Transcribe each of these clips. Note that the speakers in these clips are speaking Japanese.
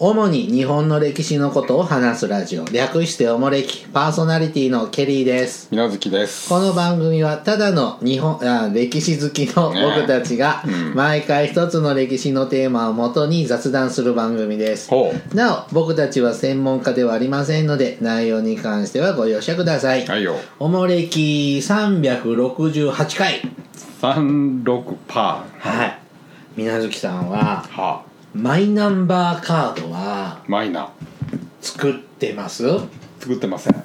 主に日本の歴史のことを話すラジオ略しておもれきパーソナリティのケリーです水無月ですこの番組はただの日本あ歴史好きのね僕たちがうん毎回一つの歴史のテーマをもとに雑談する番組ですほなお僕たちは専門家ではありませんので内容に関してはご容赦くださいうはいよおもれき368回36パはい水無月さんはーはマイナンバーカードはマイナー作ってます作ってませんはい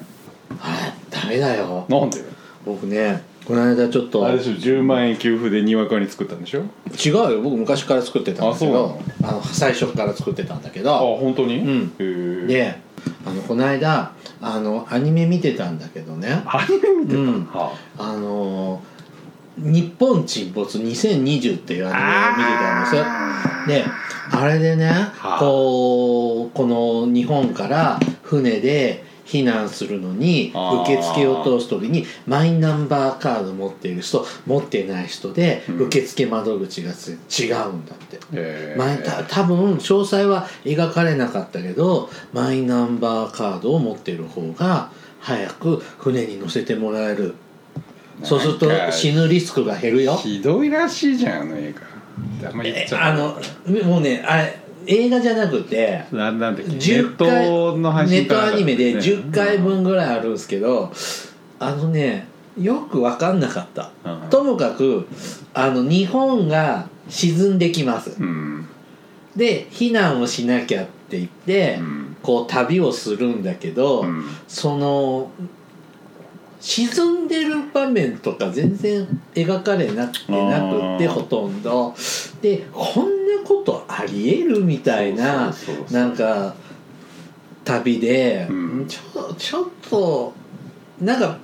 ダメだよなんで僕ねこの間ちょっとあれでしょ10万円給付でにわかに作ったんでしょ違うよ僕昔から作ってたんだけどああの最初から作ってたんだけあど本当にうんんへえであのこの間あのアニメ見てたんだけどねアニメ見てた、うんはあのー日本沈没2020」っていうアニメを見てたんですよであれでね、あこうこの日本から船で避難するのにあ受付を通す時にマイナンバーカード持っている人持ってない人でうん受付窓口がつ違うんだって。えマイた多分詳細は描かれなかったけどマイナンバーカードを持っている方が早く船に乗せてもらえるそうするとなんか死ぬリスクが減るよひどいらしいじゃんあの映画あんま言っえちゃあダメのもうねあれ映画じゃなくてななんだっけネッ10回トの配ネ信ットアニメで10回分ぐぐらいあるんですけどあのねよく分かんなかったうんともかくあの日本が沈んできますうんで避難をしなきゃって言って、うんこう旅をするんだけど、うんその沈んでる場面とか全然描かれなくてなくってあーほとんどでこんなことありえるみたいなそうそうそうそうなんか旅で、うんちょちょっとなんか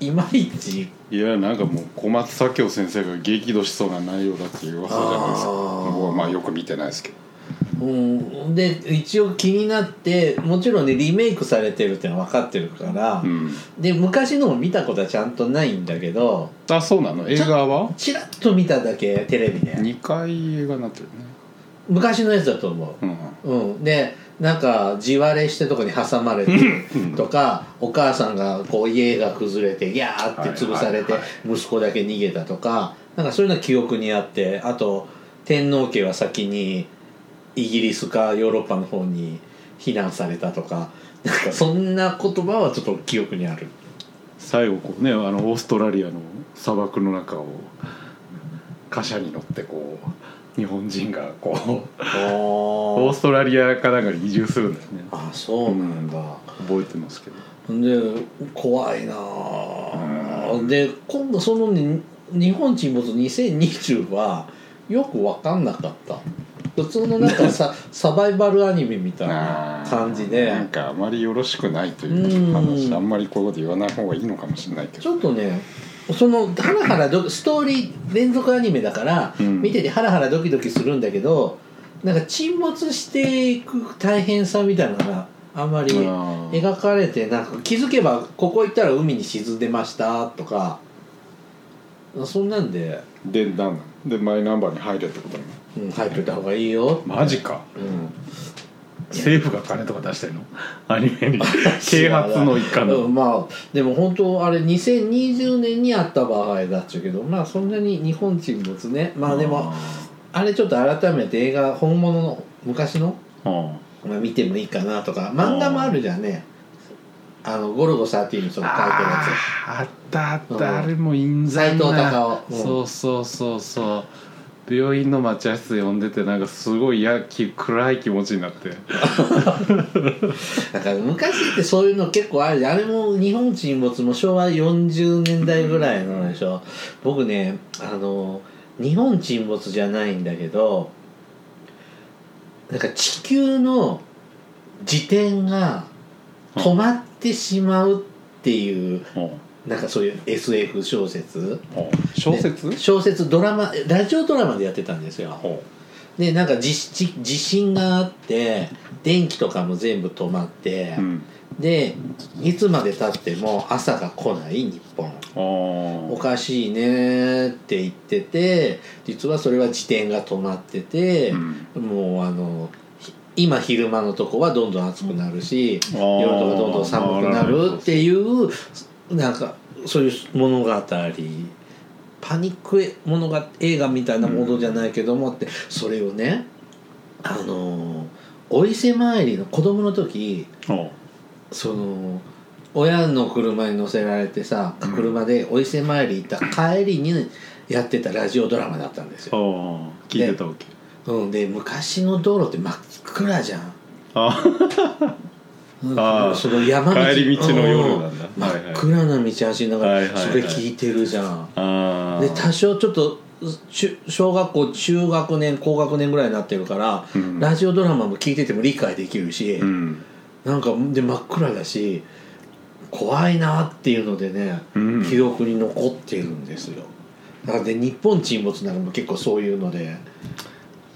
いまいちいやなんかもう小松左京先生が激怒しそうな内容だっていう噂じゃないですかあー僕はまあよく見てないですけどうん、で一応気になってもちろんねリメイクされてるってのは分かってるからう、んで昔のも見たことはちゃんとないんだけどあそうなの映画はちらっと見ただけテレビで2回映画になってるね昔のやつだと思うんう、うん、でなんか地割れしてとこに挟まれてとかお母さんがこう家が崩れてギャーって潰されてはいはい息子だけ逃げたとかなんかそういうのは記憶にあってあと天皇家は先にイギリスかヨーロッパの方に避難されたとかなんかそんな言葉はちょっと記憶にあ る最後こうねあのオーストラリアの砂漠の中を貨車に乗ってこう日本人がこうオーストラリアかなんかに移住するんだよねあそうなんだ、覚えてますけどで怖いなあで今度そのね日本沈没2020はよく分かんなかった普通のなんか さサバイバルアニメみたいな感じでなんかあまりよろしくないという話うんあんまりこういうこと言わない方がいいのかもしれないけちどょっとねそのハラハラドキストーリー連続アニメだから、うん見ててハラハラドキドキするんだけどなんか沈没していく大変さみたいなのがあんまりあー描かれてなんか気づけばここ行ったら海に沈んでましたとかそんなんで、でなんなのでマイナンバーに入れってことなのうん、入っといた方がいいよ、マジかうん、政府が金とか出してるの アニメに 啓発の一環だうんまあでも本当あれ2020年にあった場合だっちゅうけどまあそんなに日本沈没ねまあでもあれちょっと改めて映画本物の昔の、うんまあ、見てもいいかなとか漫画もあるじゃんねあの「ゴルゴ13」のそのタイトルやつあーあったあっうんたあれも印斎材藤な隆夫、うんそうそうそうそう病院の待合室呼んでてなんかすごいやき暗い気持ちになってだから昔ってそういうの結構あるじゃんあれも日本沈没も昭和40年代ぐらいのでしょ、僕ねあの日本沈没じゃないんだけどなんか地球の自転が止まってしまうっていうなんかそういう SF 小説小説で小説ドラマラジオドラマでやってたんですよほでなんか地地地震があって電気とかも全部止まって、ううんでいつまでたっても朝が来ない日本あーおかしいねーって言ってて実はそれは自転が止まってて、うんもうあのひ今昼間のとこはどんどん暑くなるしあー夜とかどんどん寒くなるっていうなんかそういう物語パニック物が映画みたいなものじゃないけどもって、それをねあのーお伊勢参りの子供の時おその親の車に乗せられてさうん車でお伊勢参り行った帰りにやってたラジオドラマだったんですよ、お聞いてたわけうん、で昔の道路って真っ暗じゃんああうーんその山道帰り道の夜なんだうんはいはい真っ暗な道走りながはいらはいはいそれ聞いてるじゃんあで多少ちょっと中小学校中学年高学年ぐらいになってるから、うんラジオドラマも聞いてても理解できるし、うんなんかで真っ暗だし怖いなっていうのでね、うん記憶に残ってるんですよだからで日本沈没なんかも結構そういうので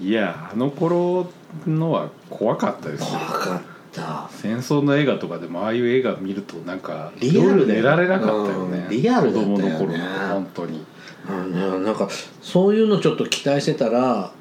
いやあの頃のは怖かったですよ怖かった戦争の映画とかでもああいう映画見るとなんかリアル夜だよ寝られなかったよね、うんリアルだったよね子供の頃の本当にあのねなんかそういうのちょっと期待してたら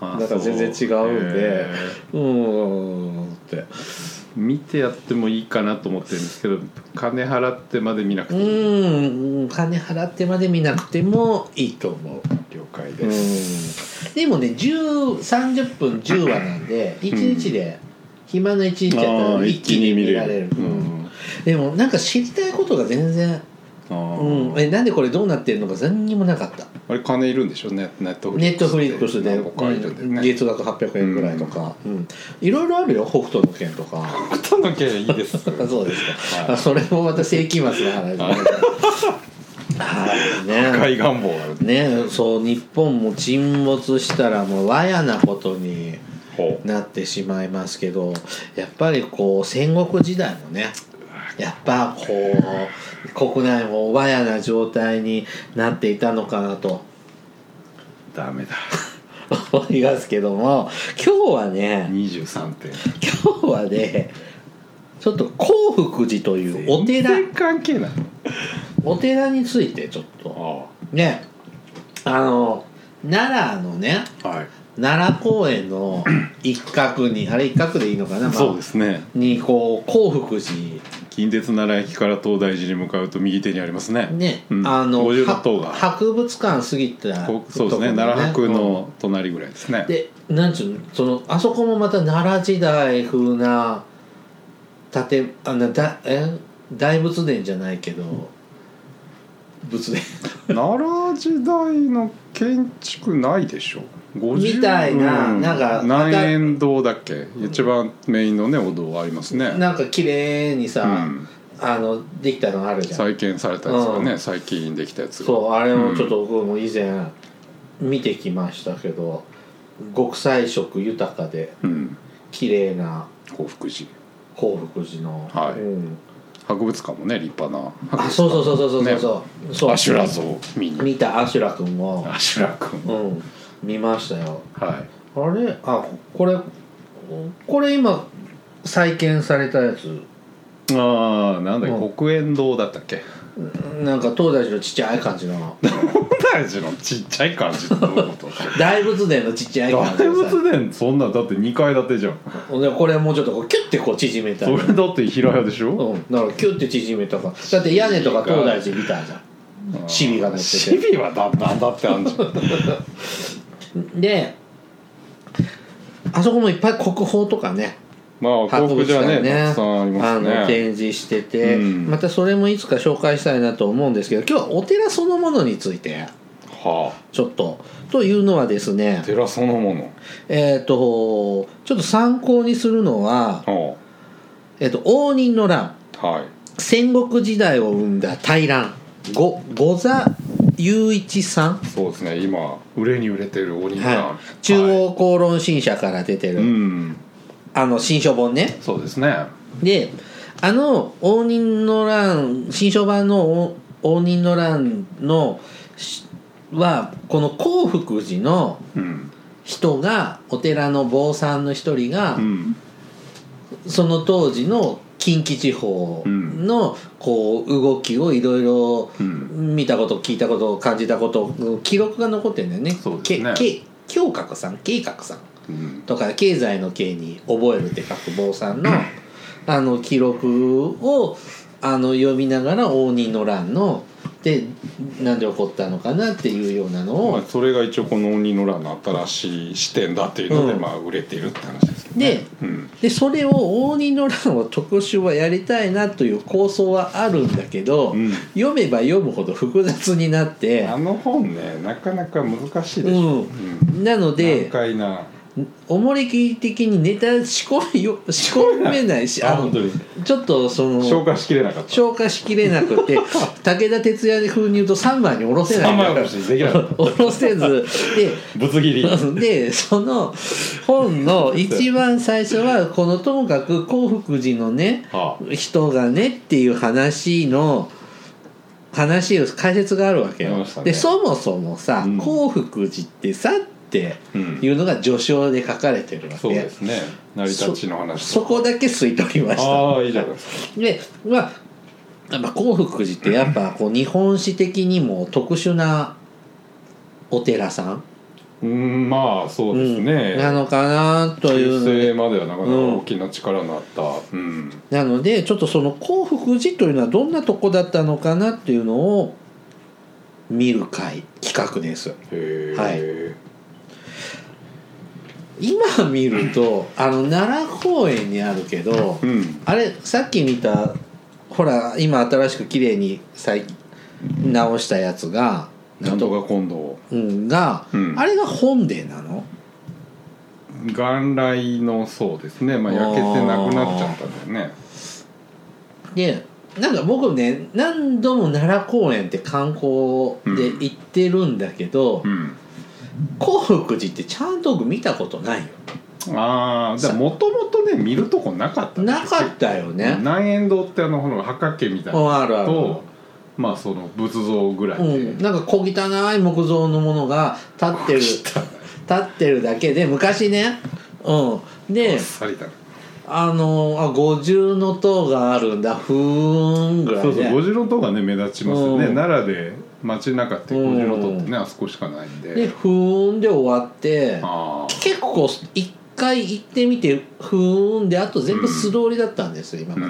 あなんかそう全然違うんでへうーんってー見てやってもいいかなと思ってるんですけど金払ってまで見なくうていいーん金払ってまで見なくてもいいと思う了解うです、んでもね10 30分10話なんで1日で暇な1日やったあらー一気に見られる、ううんんでもなんか知りたいことが全然、あうん、ーえなんでこれどうなってるのか何にもなかったあれ金いるんでしょねネットフリネッックトスフリックスで、何個かいるんだようんね月額800円ぐらいとか、うんいろいろあるよ北斗の拳とか北斗の件いいですあ そうですか、はいあ それもまた世紀末の話だねはいね赤い願望があるねそう日本も沈没したらもうわやなことにほうなってしまいますけどやっぱりこう戦国時代もねやっぱこう国内もわやな状態になっていたのかなと ダメだ思いますけども今日はね23点今日はねちょっと興福寺というお寺全然関係ないお寺についてちょっとあねあの奈良のねあはい奈良公園 の一角にあれ一角でいいのかな、まあそうですねにこう興福寺近鉄奈良駅から東大寺に向かうと右手にありますねね、うん、あの五重は塔が博物館過ぎたこうそうですねところ奈良博の隣ぐらいですね、うんでなんつうのそのあそこもまた奈良時代風な建あのだえ大仏殿じゃないけど仏殿奈良時代の建築ないでしょ50みたいなうんなんか南円堂だっけ一番メインのねお堂ありますね なんか綺麗にさ、うんあのできたのあるじゃん再建されたやつがうねん最近できたやつがそうあれもちょっと僕も以前見てきましたけど、極彩色豊かでうん綺麗な興福寺興福寺の、はい うん博物館もね立派なあそうそうそうそうそうそうそうそうアシュラ像見に見たアシュラ君を、アシュラ君うん、見ましたよはあれあこれこれ今再建されたやついああなんだっうけ黒円堂だったっけなんか東大寺のちっちゃい感じの大寺のちっちゃい感じってどういうこと大仏殿のちっちゃい感じ大のさ仏殿そんなだって2階建てじゃんでこれもうちょっとこうキュッてこう縮めたそれだって平屋でしょうん、だからキュッて縮めたからだって屋根とか東大寺みたいじゃんシビが乗っててシビはだなんだってあんじ ゃんであそこもいっぱい国宝とかねまあ幸博福物じゃね館ねたくさんありまのすね展示してて、うんまたそれもいつか紹介したいなと思うんですけど今日はお寺そのものについてはあちょっとというのはですね寺そのものえっ、とちょっと参考にするのは、はえっと応仁の乱あはい戦国時代を生んだ大乱ご御座雄一さんそうですね今売れに売れてる鬼さん、はい、中央公論新社から出てる、うんあの新書本ねそうですねであの応仁の乱新書版の応応仁の乱のしはこの興福寺のうん、人がお寺の坊さんの一人が、うん、その当時の近畿地方のこう動きをいろいろうん見たこと聞いたこと感じたこと記録が残ってるんだよねそうですねけけ京覚さん慶覚さんうんとか経済の経に覚えるって書く坊さんのあの記録をあの読みながら応仁の乱のでなんで起こったのかなっていうようなのまあを、それが一応この「鬼の乱」の新しい視点だっていうので、うんまあ売れているって話ですけど、ね、でうんでそれを応仁の乱を特集はやりたいなという構想はあるんだけど、うん読めば読むほど複雑になって、あの本ねなかなか難しいでしうょ、ん、なので難解なおもれき的にネタ仕込みよ仕込めないしあの本当にちょっとその消化しきれなかった消化しきれな くて武田鉄矢風に言うと3番に下ろせない三枚おろしできなかっ下ろせず ぶつ切りで でその本の一番最初はこのともかく興福寺のねはあ人がねっていう話の話を解説があるわけあよ、りましたねでそもそもさうん興福寺ってさってうんいうのが序章で書かれてるわけそうですね成り立ちの話そこだけ吸い取りましたああいいじゃないですかでまあまあ興福寺ってやっ ぱこう日本史的にも特殊なお寺さんうんまあそうですね、なのかなとい旧うので世まではなかなか大きな力のあった、うんなのでちょっとその興福寺というのはどんなとこだったのかなっていうのを見る会企画ですへえ、今見る とあの奈良公園にあるけどうんあれさっき見たほら今新しく綺麗に再直したやつがなんとか今度うんが、うんあれが本殿なの元来のそうですね、まあ、焼けてなくなっちゃったんだよねでなんか僕ね何度も奈良公園って観光で行ってるんだけどうん興福寺ってちゃんと僕見たことないよああだもともとね見るとこなかったんですよなかったよね、南円堂ってあのほら墓家みたいなうんあるあるとまあその仏像ぐらいうで、ん、なんか小汚い木造のものが立ってる立ってるだけで昔ねうんあっでさりだなあのあ五重の塔があるんだふーんぐらいそうでそう五重塔がね目立ちますよね、うん奈良で街中って五重塔ってね、あそこしかないんででふーんで終わってああ結構一回行ってみてふーんであと全部素通りだったんですよ、今ま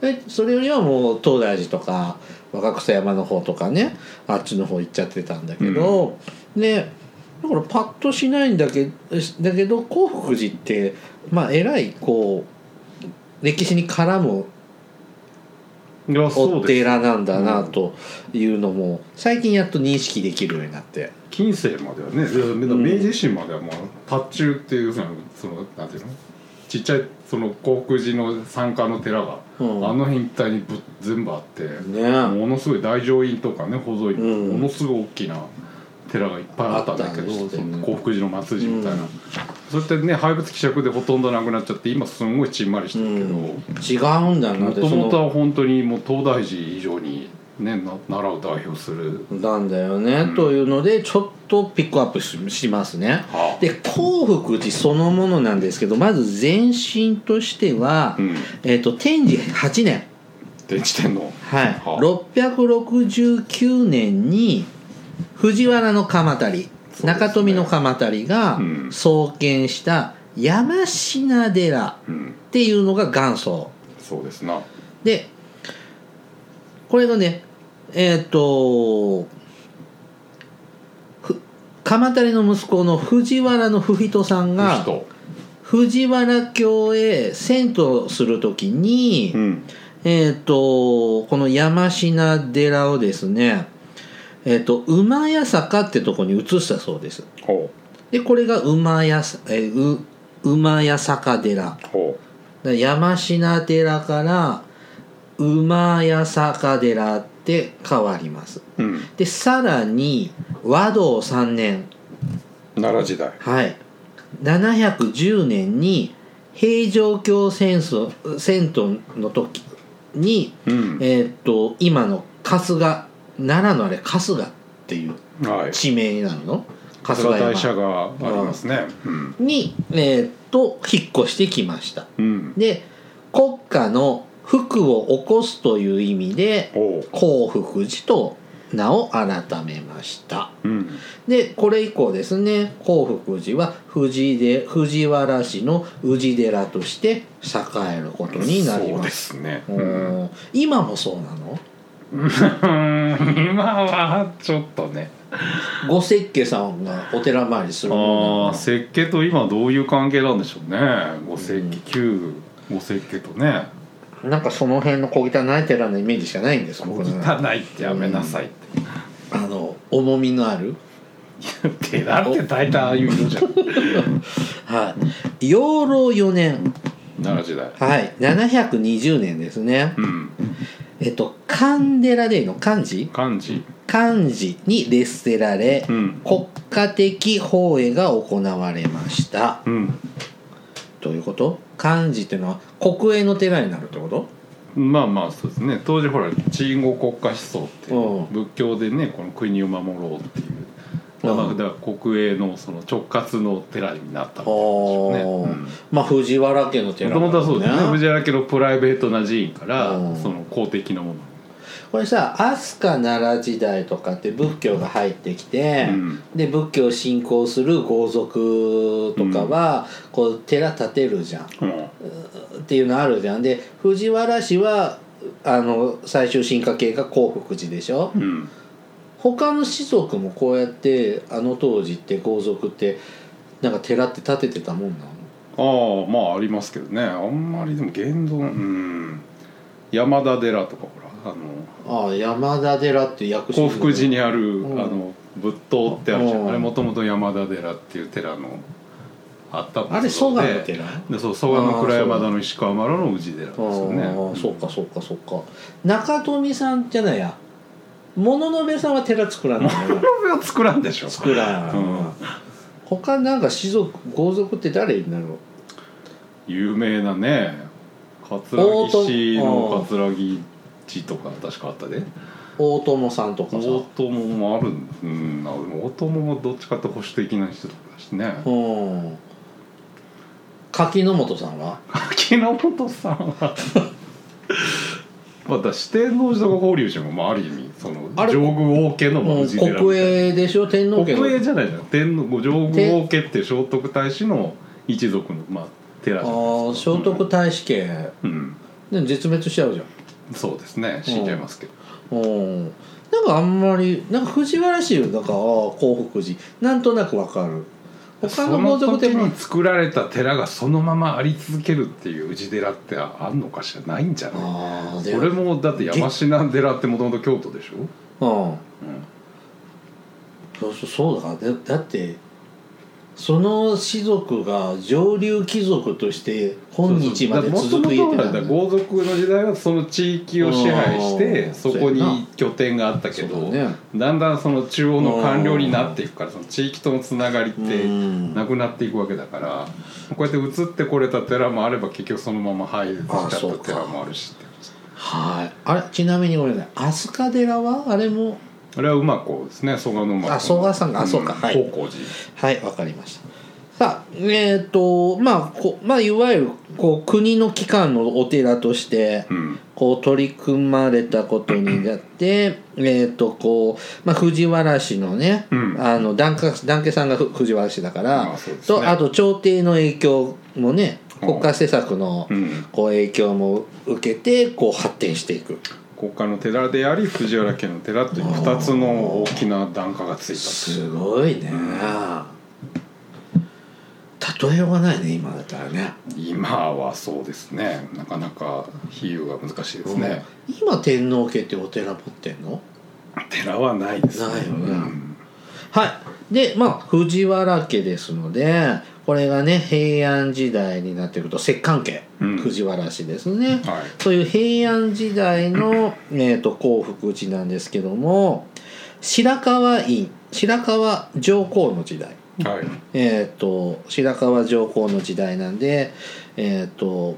で、でそれよりはもう東大寺とか若草山の方とかねあっちの方行っちゃってたんだけど、でだからパッとしないんだけだけど興福寺ってまあえらいこう歴史に絡むうん、いやそおうです寺なんだなというのも最近やっと認識できるようになって。近世まではねいや明治維新まではもう達中っていうふうなそのなんていうのちっちゃいその興福寺の参加の寺が、うんあの辺一帯にぶ全部あって、ねものすごい大乗院とかね保存院、うんものすごい大きな寺がいっぱいあったんだけあったんどですそよねの興福寺の末寺みたいな、うんそれってね廃仏希釈でほとんどなくなっちゃって今すんごいちんまりしてるけど違うんだなもってともそとは本当にもう東大寺以上に、ね、な奈良を代表するのなんだよね、というのでちょっとピックアップししますね。はあで興福寺そのものなんですけどまず前身としては、うんえー、と天智8年、電池天皇はいはあ669年に藤原の鎌足すね中富の鎌足がうん創建した山科寺うんっていうのが元祖そうですなでこれがねえっ、とふ鎌足の息子の藤原の不人さんが人藤原京へ遷都するときに、うんえっ、とこの山科寺をですねえっ、と馬屋坂ってとこに移したそうですほでこれが馬屋さ、えーう馬屋坂寺うほだから山科寺から馬屋坂寺って変わりますう、うん、でさらに和道3年奈良時代はい710年に平城京戦争戦闘の時に、うんえーっと今の春日奈良のあれ春日っていうはい地名になるの春春日日大社山がありますねうん、に、えーっと引っ越してきましたうん、で国家の福を起こすという意味でほう興福寺と名を改めましたうんでこれ以降ですね興福寺は藤井で藤原氏の氏寺として栄えることになりそうまですすねううんん今もそうなの今はちょっとねご石家さんがお寺参りするあもあの設計と今どういう関係なんでしょうねご設うん計旧ご設計とねなのなんかその辺の小汚い寺のイメージしかないんです汚僕の中でいってやめなさいってあの重みのある手だって大体ああいう色じゃん はい養老4年奈良時代はい720年ですねうんえっと神寺でいいの漢字漢字漢字に列せられ、うん国家的法営が行われましたうんどういうこと漢字っていうのは国営の寺になるってことまあまあそうですね当時ほら鎮護国家思想ってうん仏教でねこの国を守ろうっていううんまあだから国営のその直轄の寺になったみたいなんでしょうねおーうんまあ藤原家の寺もともとはそうですねね藤原家のプライベートな寺院からうんその公的なものこれさ飛鳥奈良時代とかって仏教が入ってきて、うんで仏教を信仰する豪族とかはこう寺建てるじゃんうんっていうのあるじゃんで藤原氏はあの最終進化系が興福寺でしょうん他の士族もこうやってあの当時って豪族ってなんか寺って建ててたもんなのああまあありますけどねあんまりでも現存うん山田寺とかほらあのああ山田寺って薬師幸福寺にある、うんあの仏塔ってあるじゃん、うんあれもともと山田寺っていう寺のあったあれそ蘇うで我の寺でそう蘇我の蔵山田の石川丸の氏寺ですああよねそうかそうかそうか中富さんじゃないや物の部さんは寺作らないの よこれは作らんでしょ作らない、うん他なんか士族豪族って誰になるの有名なね桂木市の桂木寺とか確かあったで大友さんとかさ大友もあるんうんあでも大友もどっちかって保守的な人だしねうん柿の本さんは木の本さんはまた四天王寺とか法隆寺も、まあ、ある意味そのあれ上宮王家のまあもう氏寺みたいな国営でしょ天皇家の国営じゃないじゃん天皇上宮王家っていう聖徳太子の一族の、まあ、寺あじゃないーです聖か徳太子家、うん、うんね絶滅しちゃうじゃんそうですね死んじゃいますけど、うんなんかあんまりなんか藤原氏だからあー興福寺なんとなくわかる他の豪族そでのも時に作られた寺がそのままあり続けるっていう氏寺ってあんのかしらないんじゃないああこれもだって山科寺ってもともと京都でしょ、うんうんそうそうそうだからだだってその氏族が上流貴族として今日まで続く家ってだなかんだら豪族の時代はその地域を支配しうてんそこに拠点があったけそうどだだ,、ねんだんその中央の官僚になっていくからその地域とのつながりっうてんなくなっていくわけだからこうやって移ってこれた寺もあれば結局そのまま入れちゃあっそうたか寺もあるしってはいあれちなみにごめんなさい飛鳥寺はあれもあれは馬子ですね蘇我の馬子あ蘇我さんがあそうかはい高校寺はいわかりましたさあえっ、とまあこまあいわゆるこう国の機関のお寺としてうんこう取り組まれたことになってえっとこう、まあ、藤原氏のね、うんあの檀家檀家さんがふ藤原氏だから、まあそうですねとあと朝廷の影響もね国家施策のうんこう影響も受けてこう発展していく国家の寺であり藤原家の寺という2つの大きな檀家がついたっていうすごいね、例えようがないね今だったらね今はそうですねなかなか比喩が難しいですね、今天皇家ってお寺持ってんの寺はないですねないよねうんはいでまあ藤原家ですのでこれがね平安時代になってくると摂関家、うん藤原氏ですね、はいそういう平安時代の、えー、と興福寺なんですけども白河院白河上皇の時代はいえっ、と白河上皇の時代なんでえっ、と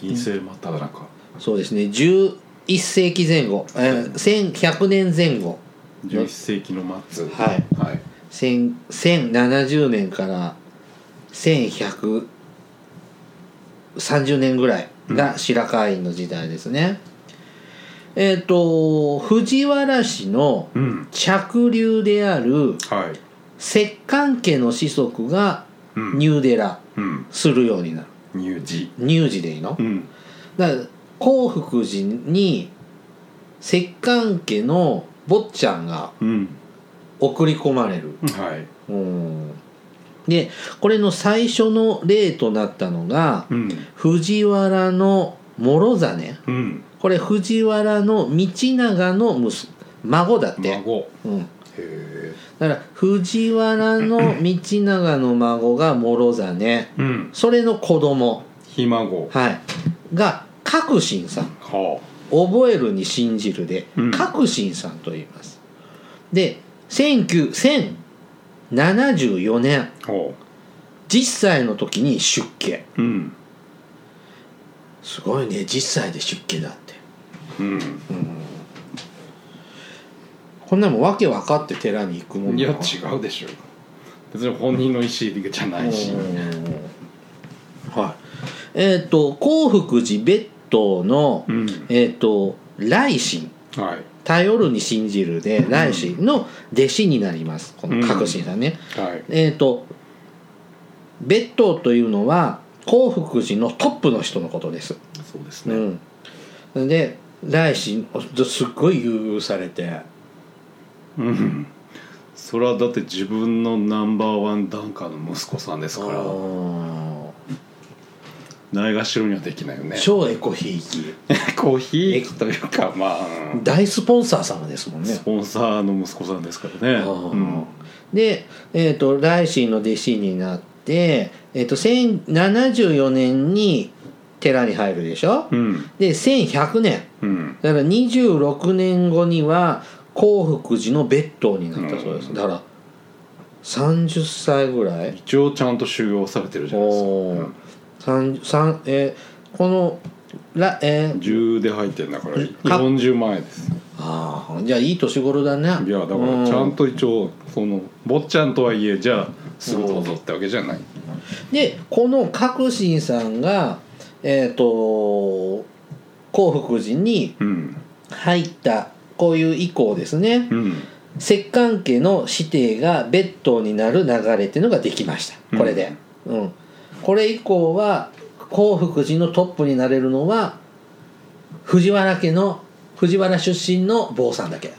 陰性真っ只中そうですね11世紀前後、えー、1100年前後11世紀の末はいはい1000 1070年から1130年ぐらいが白河院の時代ですね。えっ、と藤原氏のうん着流であるはい摂関家の子息がうん入寺うんするようになる入寺入寺でいいの、うんだから興福寺に摂関家の坊ちゃんがうん送り込まれる、はいうんでこれの最初の例となったのがうん藤原の諸実うんこれ藤原の道長の息子孫だって、孫うん、へえだから藤原の道長の孫が諸実うんそれの子供、ひ孫はい、が覚信さんは覚えるに信じるでうん覚信さんと言います、で19 1074年あは10歳の時に出家あうんすごいね10歳で出家だってうんこんなもん訳分かって寺に行くもんいやな違うでしょ別に本人の意思じゃないしうんはいえっ、と興福寺別当の、うんえっ、と来信はい頼るに信じるで来信の弟子になりますこの覚信さんね、はいえー、と別当というのは興福寺のトップの人のことです、そうですねうん、で来信すっごい優遇されてうんそれはだって自分のナンバーワンダンカーの息子さんですからうんないがしろにはできないよね超エコひいきコーヒーというかまあうん大スポンサー様ですもんねス、ポンサーの息子さんですからねうんで、えー、と来信の弟子になって、えー、と1074年に寺に入るでしょうんうんで1100年うんだから26年後には興福寺の別当になったそうです、うんだから30歳ぐらい一応ちゃんと修行されてるじゃないですかおー三三えーこのらえー10で入ってんだからか40万円ですああじゃあいい年頃だねいやだからちゃんとと一応その坊ちゃんとはいえじゃあすぐどうぞってわけじゃないでこの覚信さんがえっ、と興福寺にうん入ったこういう以降ですねうん摂関家の子弟が別当になる流れっていうのができましたこれで、うんこれ以降は興福寺のトップになれるのは藤原家の藤原出身の坊さんだけ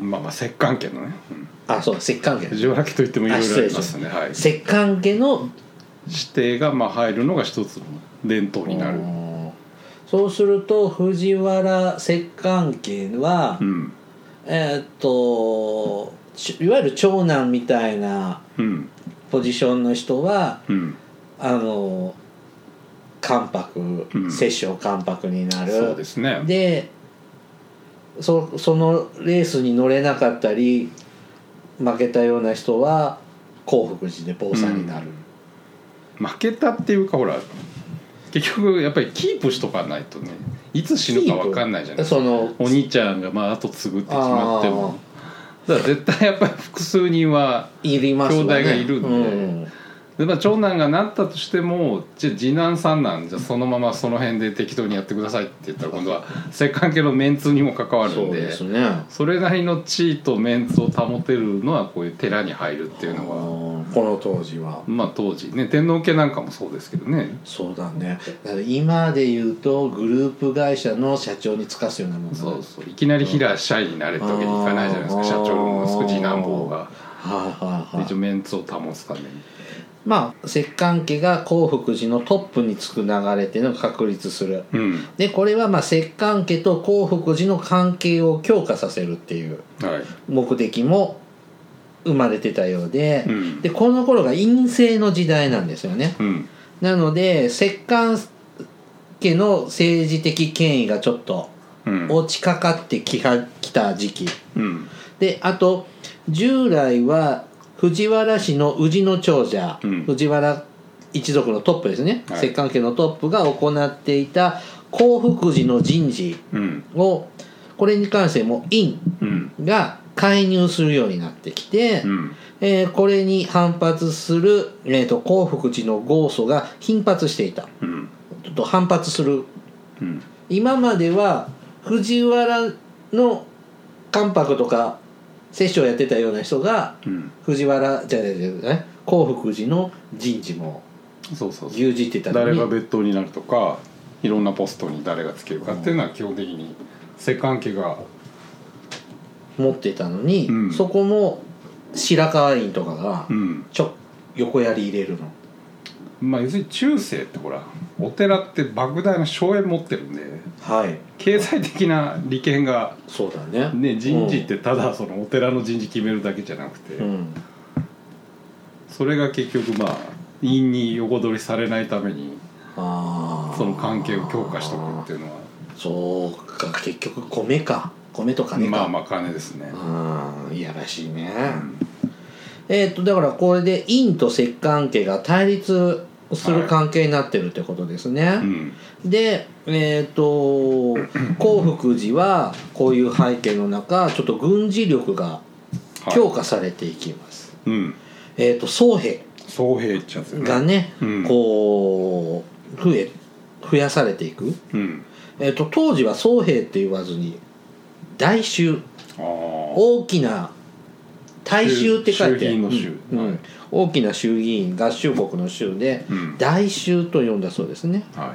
まあまあ摂関家のね、うんあそう摂関家藤原家といってもいろいろありますねはい摂関家の指定がまあ入るのが一つの伝統になるうんそうすると藤原摂関家は、うんえーっとちいわゆる長男みたいなうんポジションの人はうんあの関白うん摂政関白になる、そうですねでそそのレースに乗れなかったり負けたような人は興福寺で坊さんになる、うん負けたっていうかほら結局やっぱりキープしとかないとねいつ死ぬか分かんないじゃないそのお兄ちゃんがまあ後継ぐって決まってもだから絶対やっぱり複数人はいりますわね兄弟がいるんでうんでまあ、長男がなったとしてもじゃあ次男三男じゃあそのままその辺で適当にやってくださいって言ったら今度は摂関家のメンツにも関わるそんうでですねそれなりの地位とメンツを保てるのはこういう寺に入るっていうのはうんこの当時はまあ当時ね天皇家なんかもそうですけどねそうだねだから今で言うとグループ会社の社長に就かすようなもんだねそうそういきなり平社員になれってわけにいかないじゃないですあかー社長の息子次男坊がはいはいはい一応メンツを保つためにまあ摂関家が興福寺のトップにつく流れっていうのを確立するうんでこれはまあ摂関家と興福寺の関係を強化させるっていうはい目的も生まれてたようで、うんでこの頃が陰性の時代なんですよねうんなので摂関家の政治的権威がちょっとうん落ちかかってきはきた時期うんであと従来は藤原氏の氏の長者、うん藤原一族のトップですねはい摂関家のトップが行っていた興福寺の人事うんをこれに関しても院うんが介入するようになってきて、うんえーこれに反発する、えー、と興福寺の豪祖が頻発していたうんちょっと反発するうん今までは藤原の関白とか摂政やってたような人がうん、藤原じゃないじゃない興福寺の人事もそうそうそう牛耳ってたの誰にが別当になるとかいろんなポストに誰がつけるかっていうのは基本的に摂関家が持ってたのに、うんそこも白河院とかがうんちょ横やり入れるのまあ要するに中世ってほらお寺って莫大な荘園持ってるんではい経済的な利権が、そうだねね、人事ってただそのお寺の人事決めるだけじゃなくて、うんそれが結局まあ陰に横取りされないためにあーその関係を強化しとくっていうのはそうか結局米か米と金かまあまあ金ですね、うんいやらしいね、うんえーっとだからこれで陰と摂関係が対立する関係になってるってことですね、うんでえーっと興福寺はこういう背景の中ちょっと軍事力がはい強化されていきます、うんえーっと僧兵総兵ってやつよねがね、うんこう増え増やされていく、うんえーっと当時は僧兵って言わずに大衆ああ大きな大衆って書いて衆議院の衆うんうんはい大きな衆議院合衆国の衆でうん大衆と呼んだそうですね、は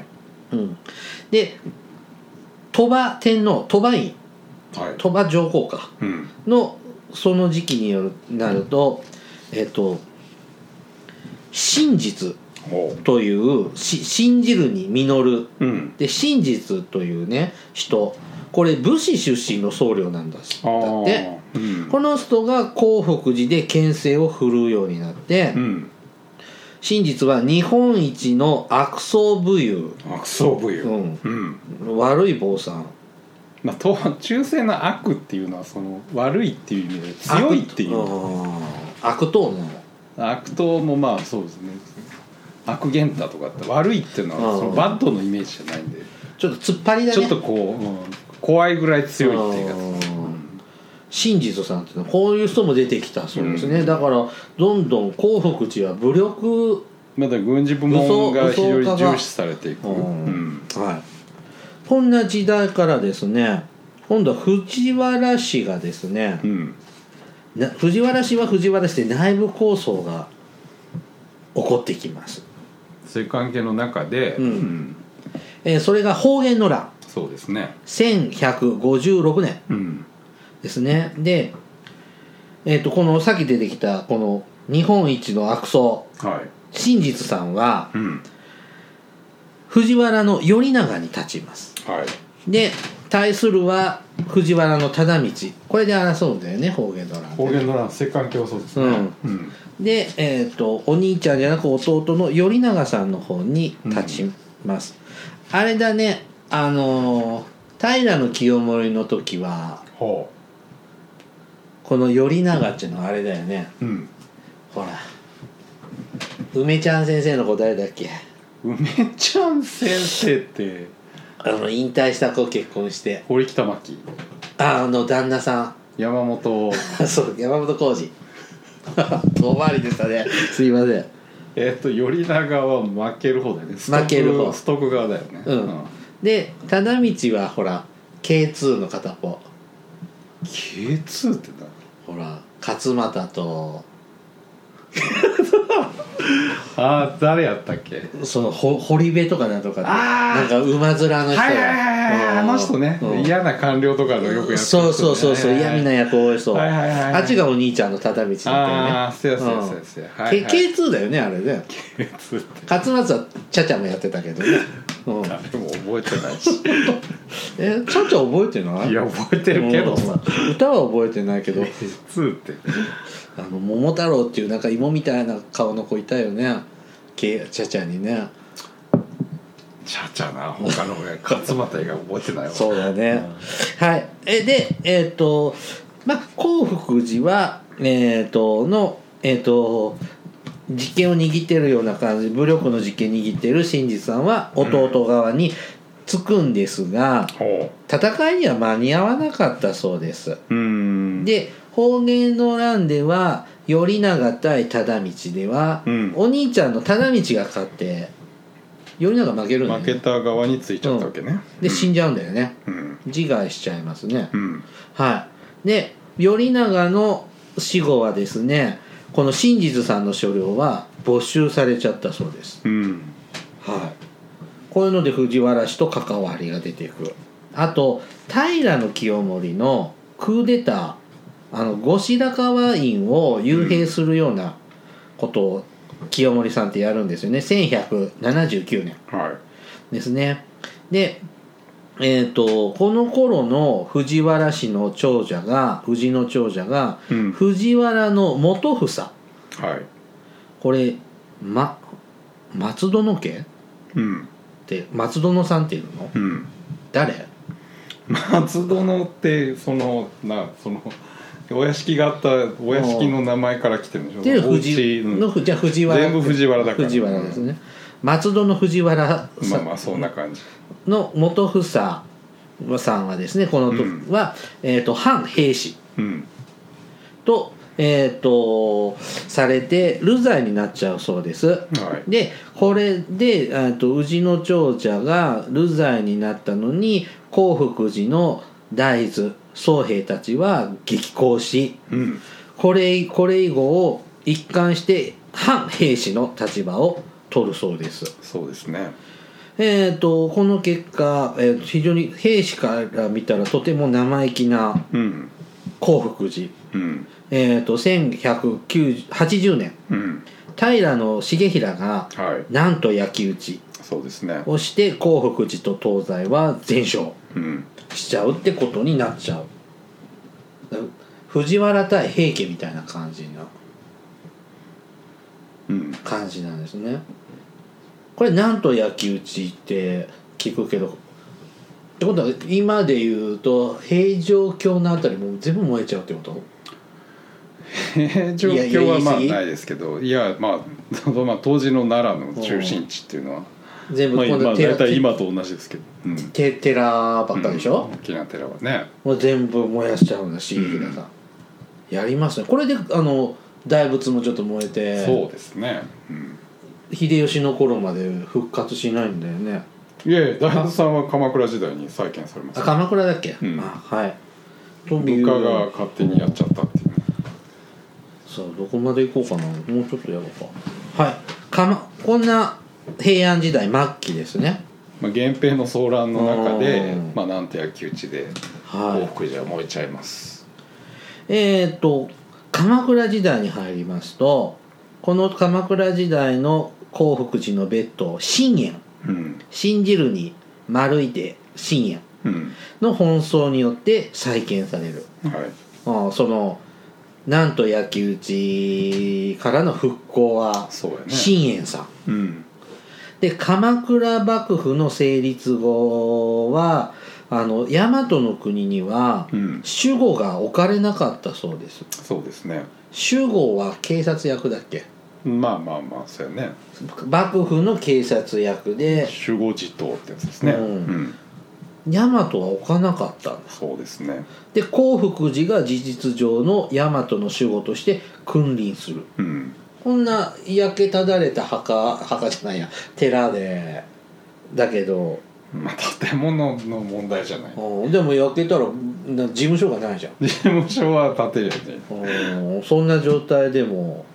うん、で鳥羽天皇鳥羽院いはい鳥羽上皇かうんのその時期によるなるとえっと真実ほというし信じるに実るううんで真実というね人これ武士出身の僧侶なんだしああだってうんこの人が興福寺で牽制を振るうようになって、うん真実は日本一の悪僧武勇、悪僧武う勇ん、うん悪い坊さんまあと中世の悪っていうのはその悪いっていう意味で強いってい悪ううん悪党の悪党もまあそうですね悪源太とかって悪いっていうのはそのうんバッドのイメージじゃないんでちょっと突っ張りだねちょっとこう、うん怖いぐらい強いっていうかうん真実さんっていうのはこういう人も出てきたそうですね、うんだからどんどん興福寺は武力、まだ軍事部門が武装非常武に装家が重視されていく、うんはい、こんな時代からですね今度は藤原氏がですね、うんな藤原氏は藤原氏で内部抗争が起こってきます、そういう関係の中で、うんえーそれが方言の乱そうですね、 1156年うん、ですねで、えー、とこのさっき出てきたこの日本一の悪僧は、真実さんはいうん、藤原の頼長に立ちますはいで対するは藤原の忠道これで争うんだよね方言の乱で方言の乱摂関競争ですねね、うで、えー、とお兄ちゃんじゃなく弟の頼長さんの方に立ちます、あれだねあのー平清盛の時はほこの頼長っていうのはあれだよねう、うん、ほら梅ちゃん先生の子誰だっけ梅ちゃん先生ってあの引退した子結婚して堀北真希ああの旦那さ山本ん そう山本浩二 遠回りでしたねすいませんえっと頼長は負ける方だよねストック負ける方ストック側だよねうんで忠道はほら K2 の片方 K2 ってほら勝俣と何ああ誰やったっけそのほ堀部とかなんとかであーなんか馬面の人はいはいはいはいあの人ねうん嫌な官僚とかのよくやってる人ねそうそうそうそう嫌みな役多いそうはいはいはいはいあっちがお兄ちゃんの畳道あだあっせたよやねせやせうやんせやはいはい K- K2 だよねあれね K2 って勝俣はちゃちゃもやってたけど ね、うん、誰も覚えてないしえちゃちゃ覚えてないいや覚えてるけどさうん歌は覚えてないけど K2 ってあの桃太郎っていうなんか芋みたいな顔の子いたよね K- ちゃちゃにねちゃちゃな他の親勝俣以外覚えてないわそうだね、はいえでえっ、とまあ興福寺はえっ、とのえっ、と実権を握ってるような感じ武力の実権握ってる真実さんは弟側につくんですが、ほ戦いには間に合わなかったそうですううんで方言の乱では頼長対忠道では、うんお兄ちゃんの忠道が勝って頼長負けるんだよ負ねけた側についちゃったわけねで死んじゃうんだよね、うん自害しちゃいますね。うんはい。で、頼長の死後はですね、この真実さんの所領は没収されちゃったそうです。うんはい。こういうので藤原氏と関わりが出てくる。あと、平清盛のクーデター、あの、後白河院を幽閉するようなことを清盛さんってやるんですよね。1179年。はですね。で、えー、とこの頃の藤原氏の長女が藤の長女が、いうん藤原の元房はいこれ、ま、松殿家っうんて松殿さんっていうのうん誰松殿ってそのなそのお屋敷があったお屋敷の名前から来てるんでしょっていうお藤家のうんふじゃあ藤原全部藤原だから藤原ですね松戸の藤原まさあまあそんな感じの元房さんはですねこの時うんは、えー、と反兵士うんと,、えー、とされて流罪になっちゃうそうですはいでこれでえーと宇治の長者が流罪になったのに興福寺の大豆僧兵たちは激高しうんこれこれ以後一貫して反兵士の立場を取るそうです。そうですねえー、とこの結果、えー非常に兵士から見たらとても生意気なうん興福寺、うんえー、と1180年うん平重衡がはいなんと焼き討ちそうですねをして興福寺と東西は全勝うんしちゃうってことになっちゃうだから藤原対平家みたいな感じなうん感じなんですねこれなんと焼き討ちって聞くけどってことは今で言うと平城京のあたりもう全部燃えちゃうってこと状況はまいやいや言いあ過ぎないですけどいやまあそのまあ当時の奈良の中心地っていうのは全部まあ今まあ度寺大体て今と同じですけどうんて寺ばっかりでしょうん、大きな寺はねもう全部燃やしちゃうんだし、うん皆さんやりますねこれであの大仏もちょっと燃えてそうですね、うん秀吉の頃まで復活しないんだよねいえいえ大仏さんは鎌倉時代に再建されましあた鎌倉だっけ、うんあはいという部下が勝手にやっちゃったっていうねさあどこまで行こうかなもうちょっとやろうかはいか、ま、こんな平安時代末期ですねまあ、源平の騒乱の中でうん、まあ、なんて焼き討ちで往は復じゃ燃えちゃいます、いえっ、と鎌倉時代に入りますとこの鎌倉時代の興福寺の別当信玄うん信じるに丸いで信玄うんの奔走によって再建されるはいああそのなんと焼き討ちからの復興はそうやね信玄さんうんで鎌倉幕府の成立後はあの大和の国にはうん守護が置かれなかったそうですそうですね守護は警察役だっけまあまあまあそうやね幕府の警察役で守護地頭ってやつですねうんうん、大和は置かなかったんですそうですねで興福寺が事実上の大和の守護として君臨するうんこんな焼けただれた墓墓じゃないや寺でだけどまあ建物の問題じゃないうんでも焼けたらな事務所がないじゃん事務所は建てりゃいいうんそんな状態でも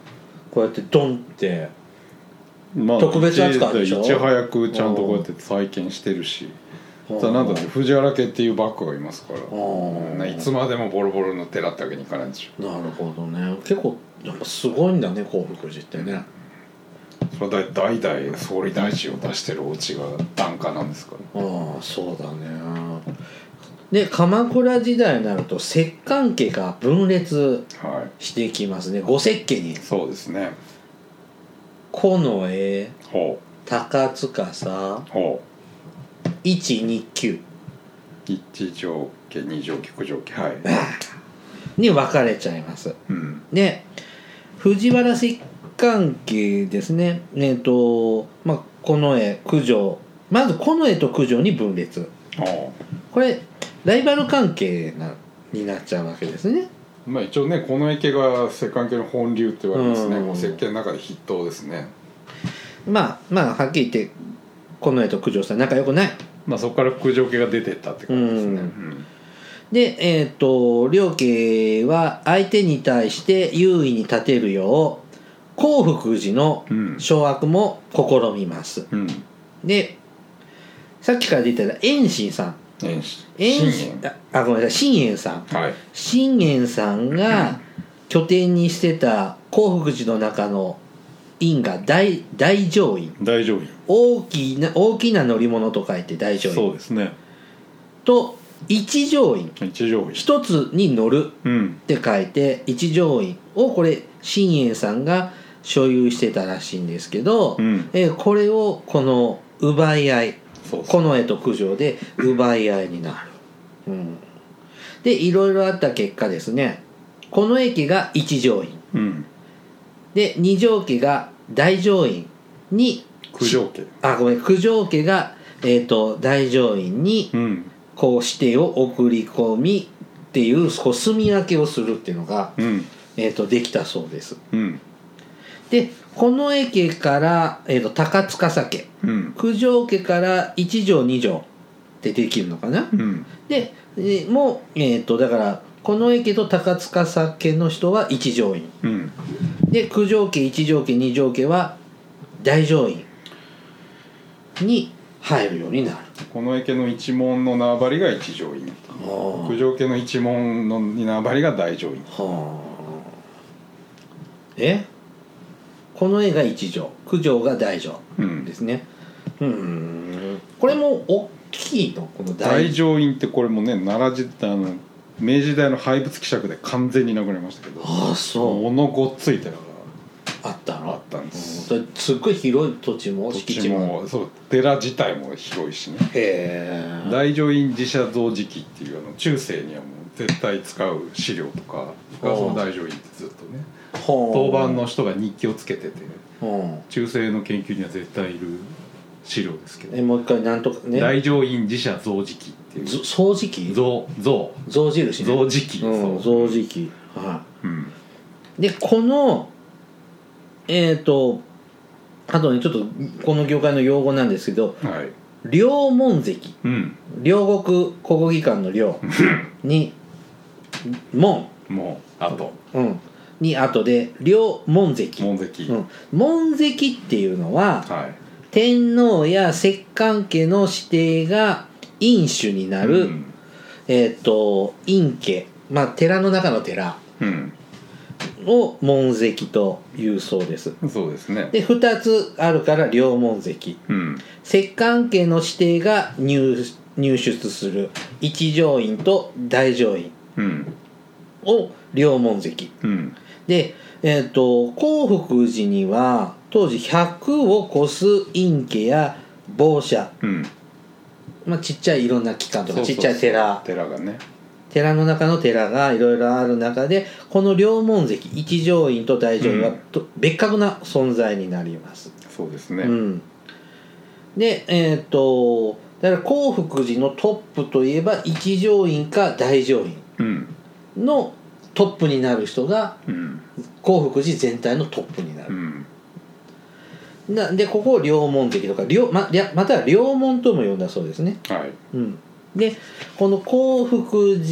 こうやってドンってまあ特別扱いでしょいち早くちゃんとこうやって再建してるしうんさあなんだって藤原家っていうバッグがいますからんないつまでもボロボロの寺ってわけにいかないでしなるほどね結構やっぱすごいんだね興福寺ってねょそれは代々総理大臣を出してるお家が檀家なんですからああそうだねで鎌倉時代になると摂関家が分裂はいしていきますね五石家にそうですね近衛ほ高司うほ129う一条家二条家九条家はいに分かれちゃいますうんで藤原摂関係ですねえっ、とまあ近衛九条まず近衛と九条に分裂ほこれライバル関係なになっちゃうわけですねうまあ一応ねこの池が摂関家の本流って言われますねうんこう設計の中で筆頭ですねまあまあはっきり言って近衛と九条さん仲良くないまあ、そこから空情系が出てったって感じでうすね、うんで、えっ、と、両家は相手に対して優位に立てるよう、興福寺のうん掌握も試みます。うんで、さっきから出てた遠心さん。遠心遠信心、あ、ごめんなさい、信玄さん。玄はい信玄さんが拠点にしてた興福寺の中の院が大大乗院。大乗院大きな、大きな乗り物と書いて大乗そう院。ですねと、一乗院。一乗院一つに乗る。うんって書いて一乗院をこれ新栄さんが所有してたらしいんですけど、うんえーこれをこの奪い合いそうそう近衛と九条で奪い合いになる、うん、でいろいろあった結果ですね近衛家が一乗院うんで二条家が大乗院に九条家あごめん九条家が、えー、と大乗院にうんこう指定を送り込みっていうこう住み分けをするっていうのがうんえー、とできたそうですうんでこの江家から、えー、と高司家うん九条家から一条二条ってできるのかなうんで、えーもう、えー、とだからこの江家と高司家の人は一条院うんで九条家一条家二条家は大条院に入るようになるこの家の一門の縄張りが一乗院は九条家の一門の縄張りが大乗院あえこの絵が一条九条が大条うんですね。うん。これも大きいのこの大大乗院ってこれもね奈良時代あの明治時代の廃仏希釈で完全になくなりましたけどああそうものごっつい寺があったあのっ。たんですうんすっごい広い土地も土敷地地も。もそう寺自体も広いしねへえ。大乗院寺社造磁器っていうあの中世にはもう絶対使う資料とかがその大乗院ってずっとね当当番の。人が日記をつけててうん。中世の研究には絶対いる資料ですけど、えもう一回なんとかね。大乗院寺社造磁器っていうぞ掃除機。造造象印ね。造磁器うん。そう象磁器。はうんい。でこのえっ、と。あとねちょっとこの業界の用語なんですけどはい両門関うん両国国技館の 両に門もうあとうん、に後で両門関、門跡、うん、門関っていうのははい天皇や摂関家の指定が院主になる、うんえっ、と院家まあ寺の中の寺を門関というそうですうんそうですねで2つあるから両門関うん摂関家の指定が入入出する一条院と大乗院うんを両門関うんで、えっと興福寺には当時100を超す陰家や坊社、うんまあ、ちっちゃいいろんな機関とそかうそうちっちゃい寺寺がね寺の中の寺がいろいろある中でこの両門関一条院と大乗院はうんと、別格な存在になります。そうですね、うん、でえっ、とだから興福寺のトップといえば一条院か大乗院うんのトップになる人がうん興福寺全体のトップになるう。んなでここを両門的とか両まりゃまたは両門とも呼んだそうですね、はいうん、でこの興福寺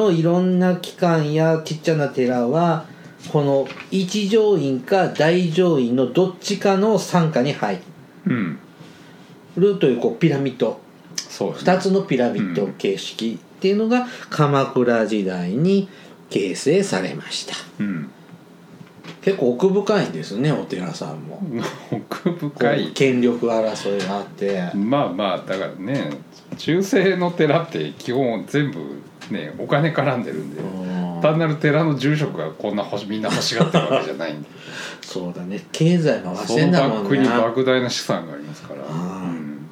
のいろんな機関やちっちゃな寺はこの一乗院か大乗院のどっちかの傘下に入うんるというこうピラミッドそうだ2ねつのピラミッド形式っていうのが鎌倉時代に形成されましたうん結構奥深いんですねお寺さんも奥こ深うい権力争いがあってまあまあだからね中世の寺って基本全部ねお金絡んでるんで、うん単なる寺の住職がこんな欲しみんな欲しがってるわけじゃないんでそうだね経済回しそてんのだバもッんクにな莫大な資産がありますから、あーうん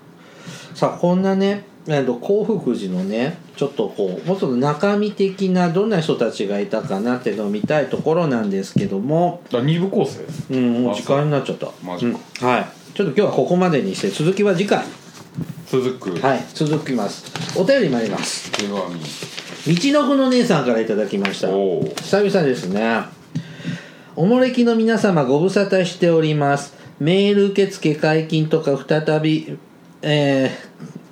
さあこんなねえっと興福寺のねちょっとこうもうちょっと中身的などんな人たちがいたかなっていうのを見たいところなんですけどもだ2部構成うんもう時間になっちゃったマジかうん、はいちょっと今日はここまでにして続きは次回続くはい続きますお便り参ります手紙道のくの姉さんからいただきましたおお久々ですねおもれきの皆様ご無沙汰しておりますメール受付解禁とか再びえー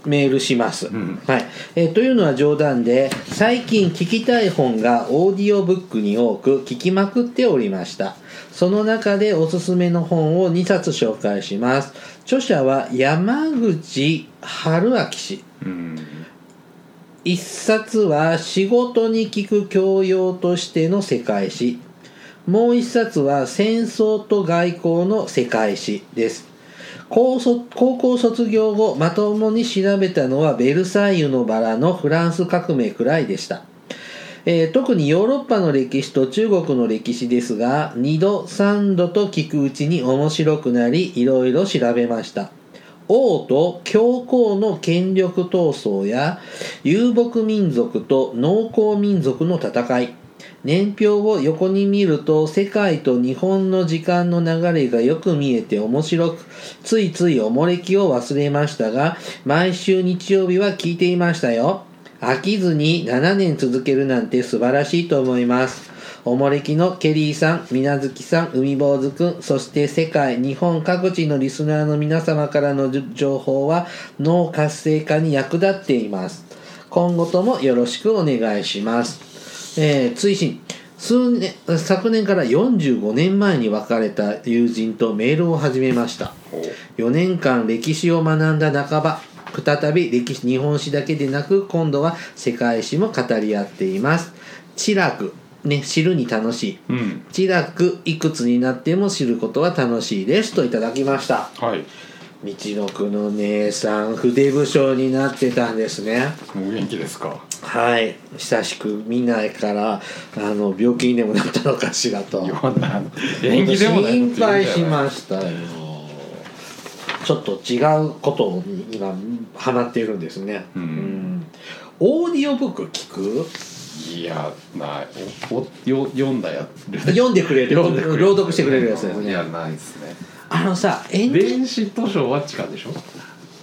メールします、うんはいえーというのは冗談で最近聞きたい本がオーディオブックに多く聞きまくっておりましたその中でおすすめの本を2冊紹介します著者は山口春明氏うん一冊は仕事に聞く教養としての世界史もう一冊は戦争と外交の世界史です高卒高校卒業後まともに調べたのはベルサイユのバラのフランス革命くらいでしたえー特にヨーロッパの歴史と中国の歴史ですが2度3度と聞くうちに面白くなりいろいろ調べました王と教皇の権力闘争や遊牧民族と農耕民族の戦い年表を横に見ると世界と日本の時間の流れがよく見えて面白くついついおもれきを忘れましたが毎週日曜日は聞いていましたよ飽きずに7年続けるなんて素晴らしいと思います。おもれきのケリーさん、みなずきさん、海坊主くん、そして世界、日本各地のリスナーの皆様からの情報は脳活性化に役立っています。今後ともよろしくお願いします。えー、追伸。数年、昨年から45年前に別れた友人とメールを始めました。4年間歴史を学んだ半ば再び歴史日本史だけでなく今度は世界史も語り合っています知楽ね知るに楽しいうん知楽いくつになっても知ることは楽しいですといただきましたはい道のくの姉さん筆部将になってたんですねお元気ですかはい久しく見ないからあの病気にでもなったのかしらと言わない元気でもない心配しすましたよちょっと違うことに今放っているんですね、うんオーディオブック聞くいやないおおよ読んだやつ読んでくれる読んでくれる朗読してくれるやつですいやねないですねあのさエンディ電子図書は地下でしょ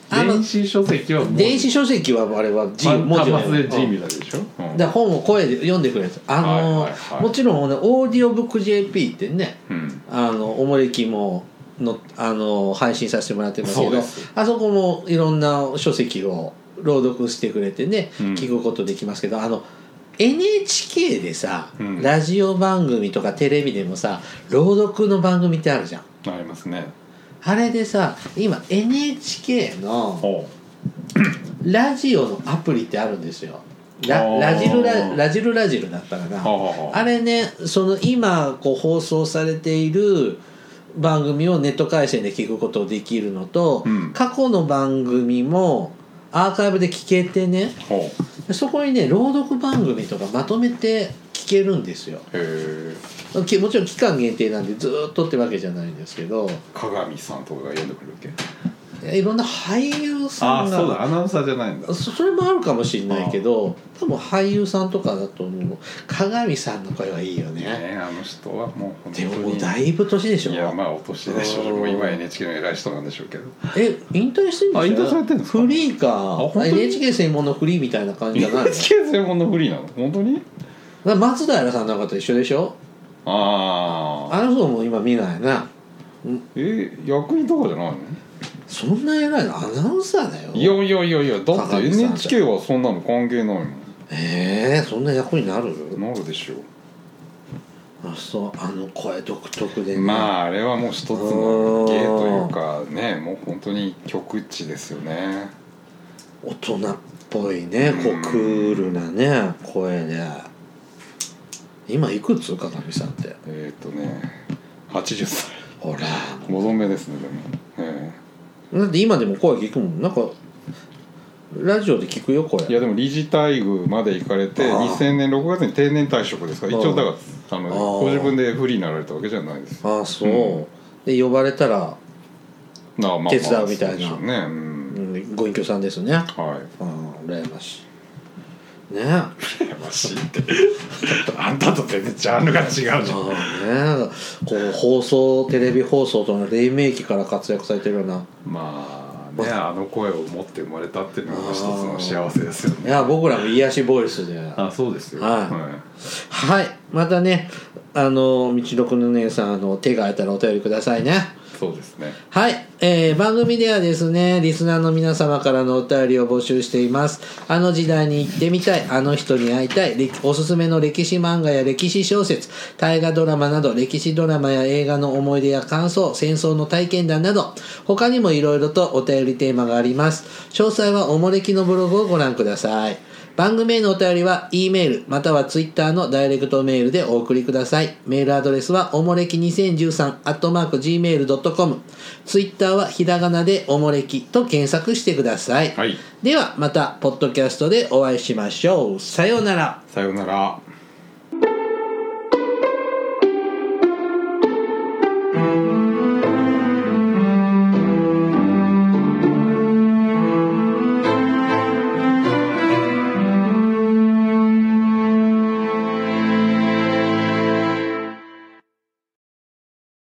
あの電子書籍はもう電子書籍はあれは G 単文字端末で G だみたいでしょ、うんから本を声で読んでくれるやつあの、はいはいはいもちろんねオーディオブック JP ってねうんあのおもれきものあの配信させてもらってますけそうどですあそこもいろんな書籍を朗読してくれてね、うん聞くことできますけどあの NHK でさ、うんラジオ番組とかテレビでもさ朗読の番組ってあるじゃんありますねあれでさ今 NHK のほラジオのアプリってあるんですよラあーラジルララジルラジルだったかなうほうほうあれねその今こう放送されている番組をネット回線で聞くことできるのと、うん過去の番組もアーカイブで聞けてねほそこにね朗読番組とかまとめて聞けるんですようへえきもちろん期間限定なんでずーっとってわけじゃないんですけど鏡さんとかが読んでくれるっけいろんな俳優あさあんがそうだアナウンサーじゃないんだそそれもあるかもしれないけど多分俳優さんとかだと思う鏡さんの声はいいよねねあの人はもう本当でにももうだいぶ年でしょいやまあお年でしょうしうんもう今 NHK の偉い人なんでしょうけどえ引退してんあで引すか退されてんですかフリーか本当に NHK 専門のフリーみたいな感じじゃな いの NHK 専門のフリーなの本当にだ松平さんなんかと一緒でしょあああの人も今見ないなえ役員とかじゃないのそんな偉いのアナウンサーだよいやいやいやいやだって鏡さん NHK はそんなの関係ないえー、そんな役になるのなるでしょあそうあの声独特でうねまああれはもう一つうのん芸というかねもう本当に極致ですよね大人っぽいねこううんクールなね声で今いくつ鏡さんってえーっ、とね80歳ほらご存命ですねでも、えだって今でも声聞くもんなんかラジオで聞くよ声えいやでも理事待遇まで行かれてああ2000年6月に定年退職ですから一う応んだからあのああご自分でフリーになられたわけじゃないですああそう、うで呼ばれたら、なあまあまあ手伝うみたいなそでしょうね、う、うんん、ご隠居さんですねあはいあ羨ましいねえあ羨ましいってあんたと全然ジャンルが違うじゃんあねこう放送テレビ放送との黎明期から活躍されてるようなまあねあの声を持って生まれたっていうのが一つの幸せですよいねや僕らも癒しボイスではあそうですよはいいまたねあの道六の姉さんあの手が空いたらお便りくださいねいそうですねはいえー番組ではですね、リスナーの皆様からのお便りを募集しています。あの時代に行ってみたい、あの人に会いたい、歴おすすめの歴史漫画や歴史小説、大河ドラマなど、歴史ドラマや映画の思い出や感想、戦争の体験談など、他にもいろいろとお便りテーマがあります。詳細はおもれきのブログをご覧ください。番組へのお便りは、E メール、または Twitter のダイレクトメールでお送りください。メールアドレスは、おもれき2013、アットマーク Gmail.com。Twitter は、ひらがなでおもれきと検索してください。はいでは、また、ポッドキャストでお会いしましょう。さようなら。さようなら